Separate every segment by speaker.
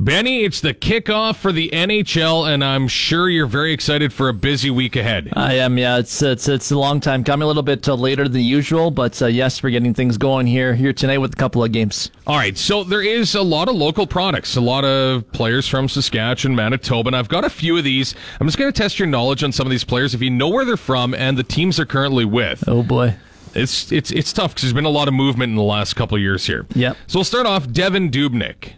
Speaker 1: Benny, it's the kickoff for the NHL, and I'm sure you're very excited for a busy week ahead.
Speaker 2: I am. Yeah, it's it's it's a long time coming. A little bit uh, later than usual, but uh, yes, we're getting things going here here today with a couple of games.
Speaker 1: All right, so there is a lot of local products, a lot of players from Saskatchewan, Manitoba, and I've got a few of these. I'm just going to test your knowledge on some of these players if you know where they're from and the teams they're currently with.
Speaker 2: Oh boy.
Speaker 1: It's it's it's tough because there's been a lot of movement in the last couple of years here.
Speaker 2: Yep.
Speaker 1: So we'll start off Devin Dubnik.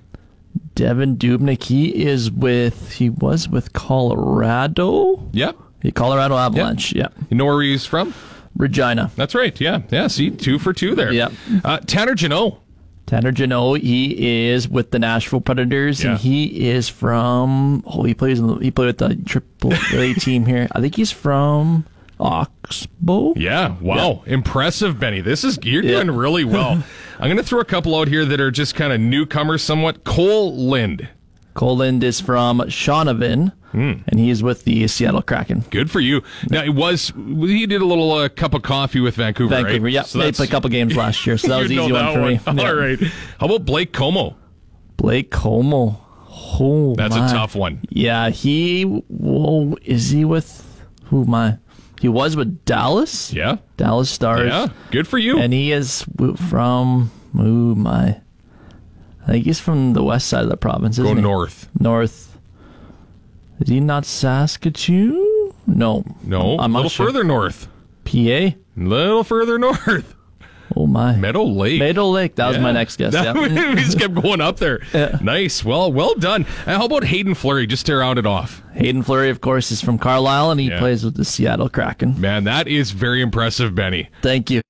Speaker 2: Devin Dubnik, he is with he was with Colorado.
Speaker 1: Yep.
Speaker 2: The Colorado Avalanche. Yeah.
Speaker 1: You know where he's from?
Speaker 2: Regina.
Speaker 1: That's right. Yeah. Yeah. See, two for two there.
Speaker 2: Yep.
Speaker 1: Uh, Tanner Janot.
Speaker 2: Tanner Janot, he is with the Nashville Predators,
Speaker 1: Yeah.
Speaker 2: and he is from. Oh, he plays. In the, he played with the Triple A team here. I think he's from Oxbow.
Speaker 1: Yeah. Wow. Impressive, Benny. This is you're doing really well. I'm going to throw a couple out here that are just kind of newcomers, somewhat. Cole Lind.
Speaker 2: Coland is from Shaunavan, and he is with the Seattle Kraken.
Speaker 1: Good for you. Now it was he did a little uh, cup of coffee with Vancouver.
Speaker 2: Vancouver,
Speaker 1: Right?
Speaker 2: yeah,
Speaker 1: So
Speaker 2: they
Speaker 1: that's-
Speaker 2: played a couple games last year, so that was an
Speaker 1: you
Speaker 2: easy
Speaker 1: know
Speaker 2: one
Speaker 1: that
Speaker 2: for
Speaker 1: one.
Speaker 2: me. Yeah.
Speaker 1: All right. How about Blake Como?
Speaker 2: Blake Como, oh,
Speaker 1: That's
Speaker 2: my.
Speaker 1: a tough one.
Speaker 2: Yeah, he. Whoa, is he with? Who my? He was with Dallas.
Speaker 1: Yeah.
Speaker 2: Dallas Stars.
Speaker 1: Yeah. Good for you.
Speaker 2: and he is w- from ooh my I think he's from the west side of the province, isn't
Speaker 1: Go
Speaker 2: he?
Speaker 1: north.
Speaker 2: North. Is he not Saskatchewan? No.
Speaker 1: No.
Speaker 2: I'm
Speaker 1: a
Speaker 2: not
Speaker 1: little
Speaker 2: sure.
Speaker 1: further north.
Speaker 2: PA?
Speaker 1: A little further north.
Speaker 2: Oh my.
Speaker 1: Meadow Lake.
Speaker 2: Meadow Lake. That was my next guess.
Speaker 1: That-
Speaker 2: Yeah.
Speaker 1: we just kept going up there. Nice. Well, well done. And how about Hayden Flurry just to round it off?
Speaker 2: Hayden Flurry, of course, is from Carlisle and he
Speaker 1: Yeah.
Speaker 2: plays with the Seattle Kraken.
Speaker 1: Man, that is very impressive, Benny.
Speaker 2: Thank you.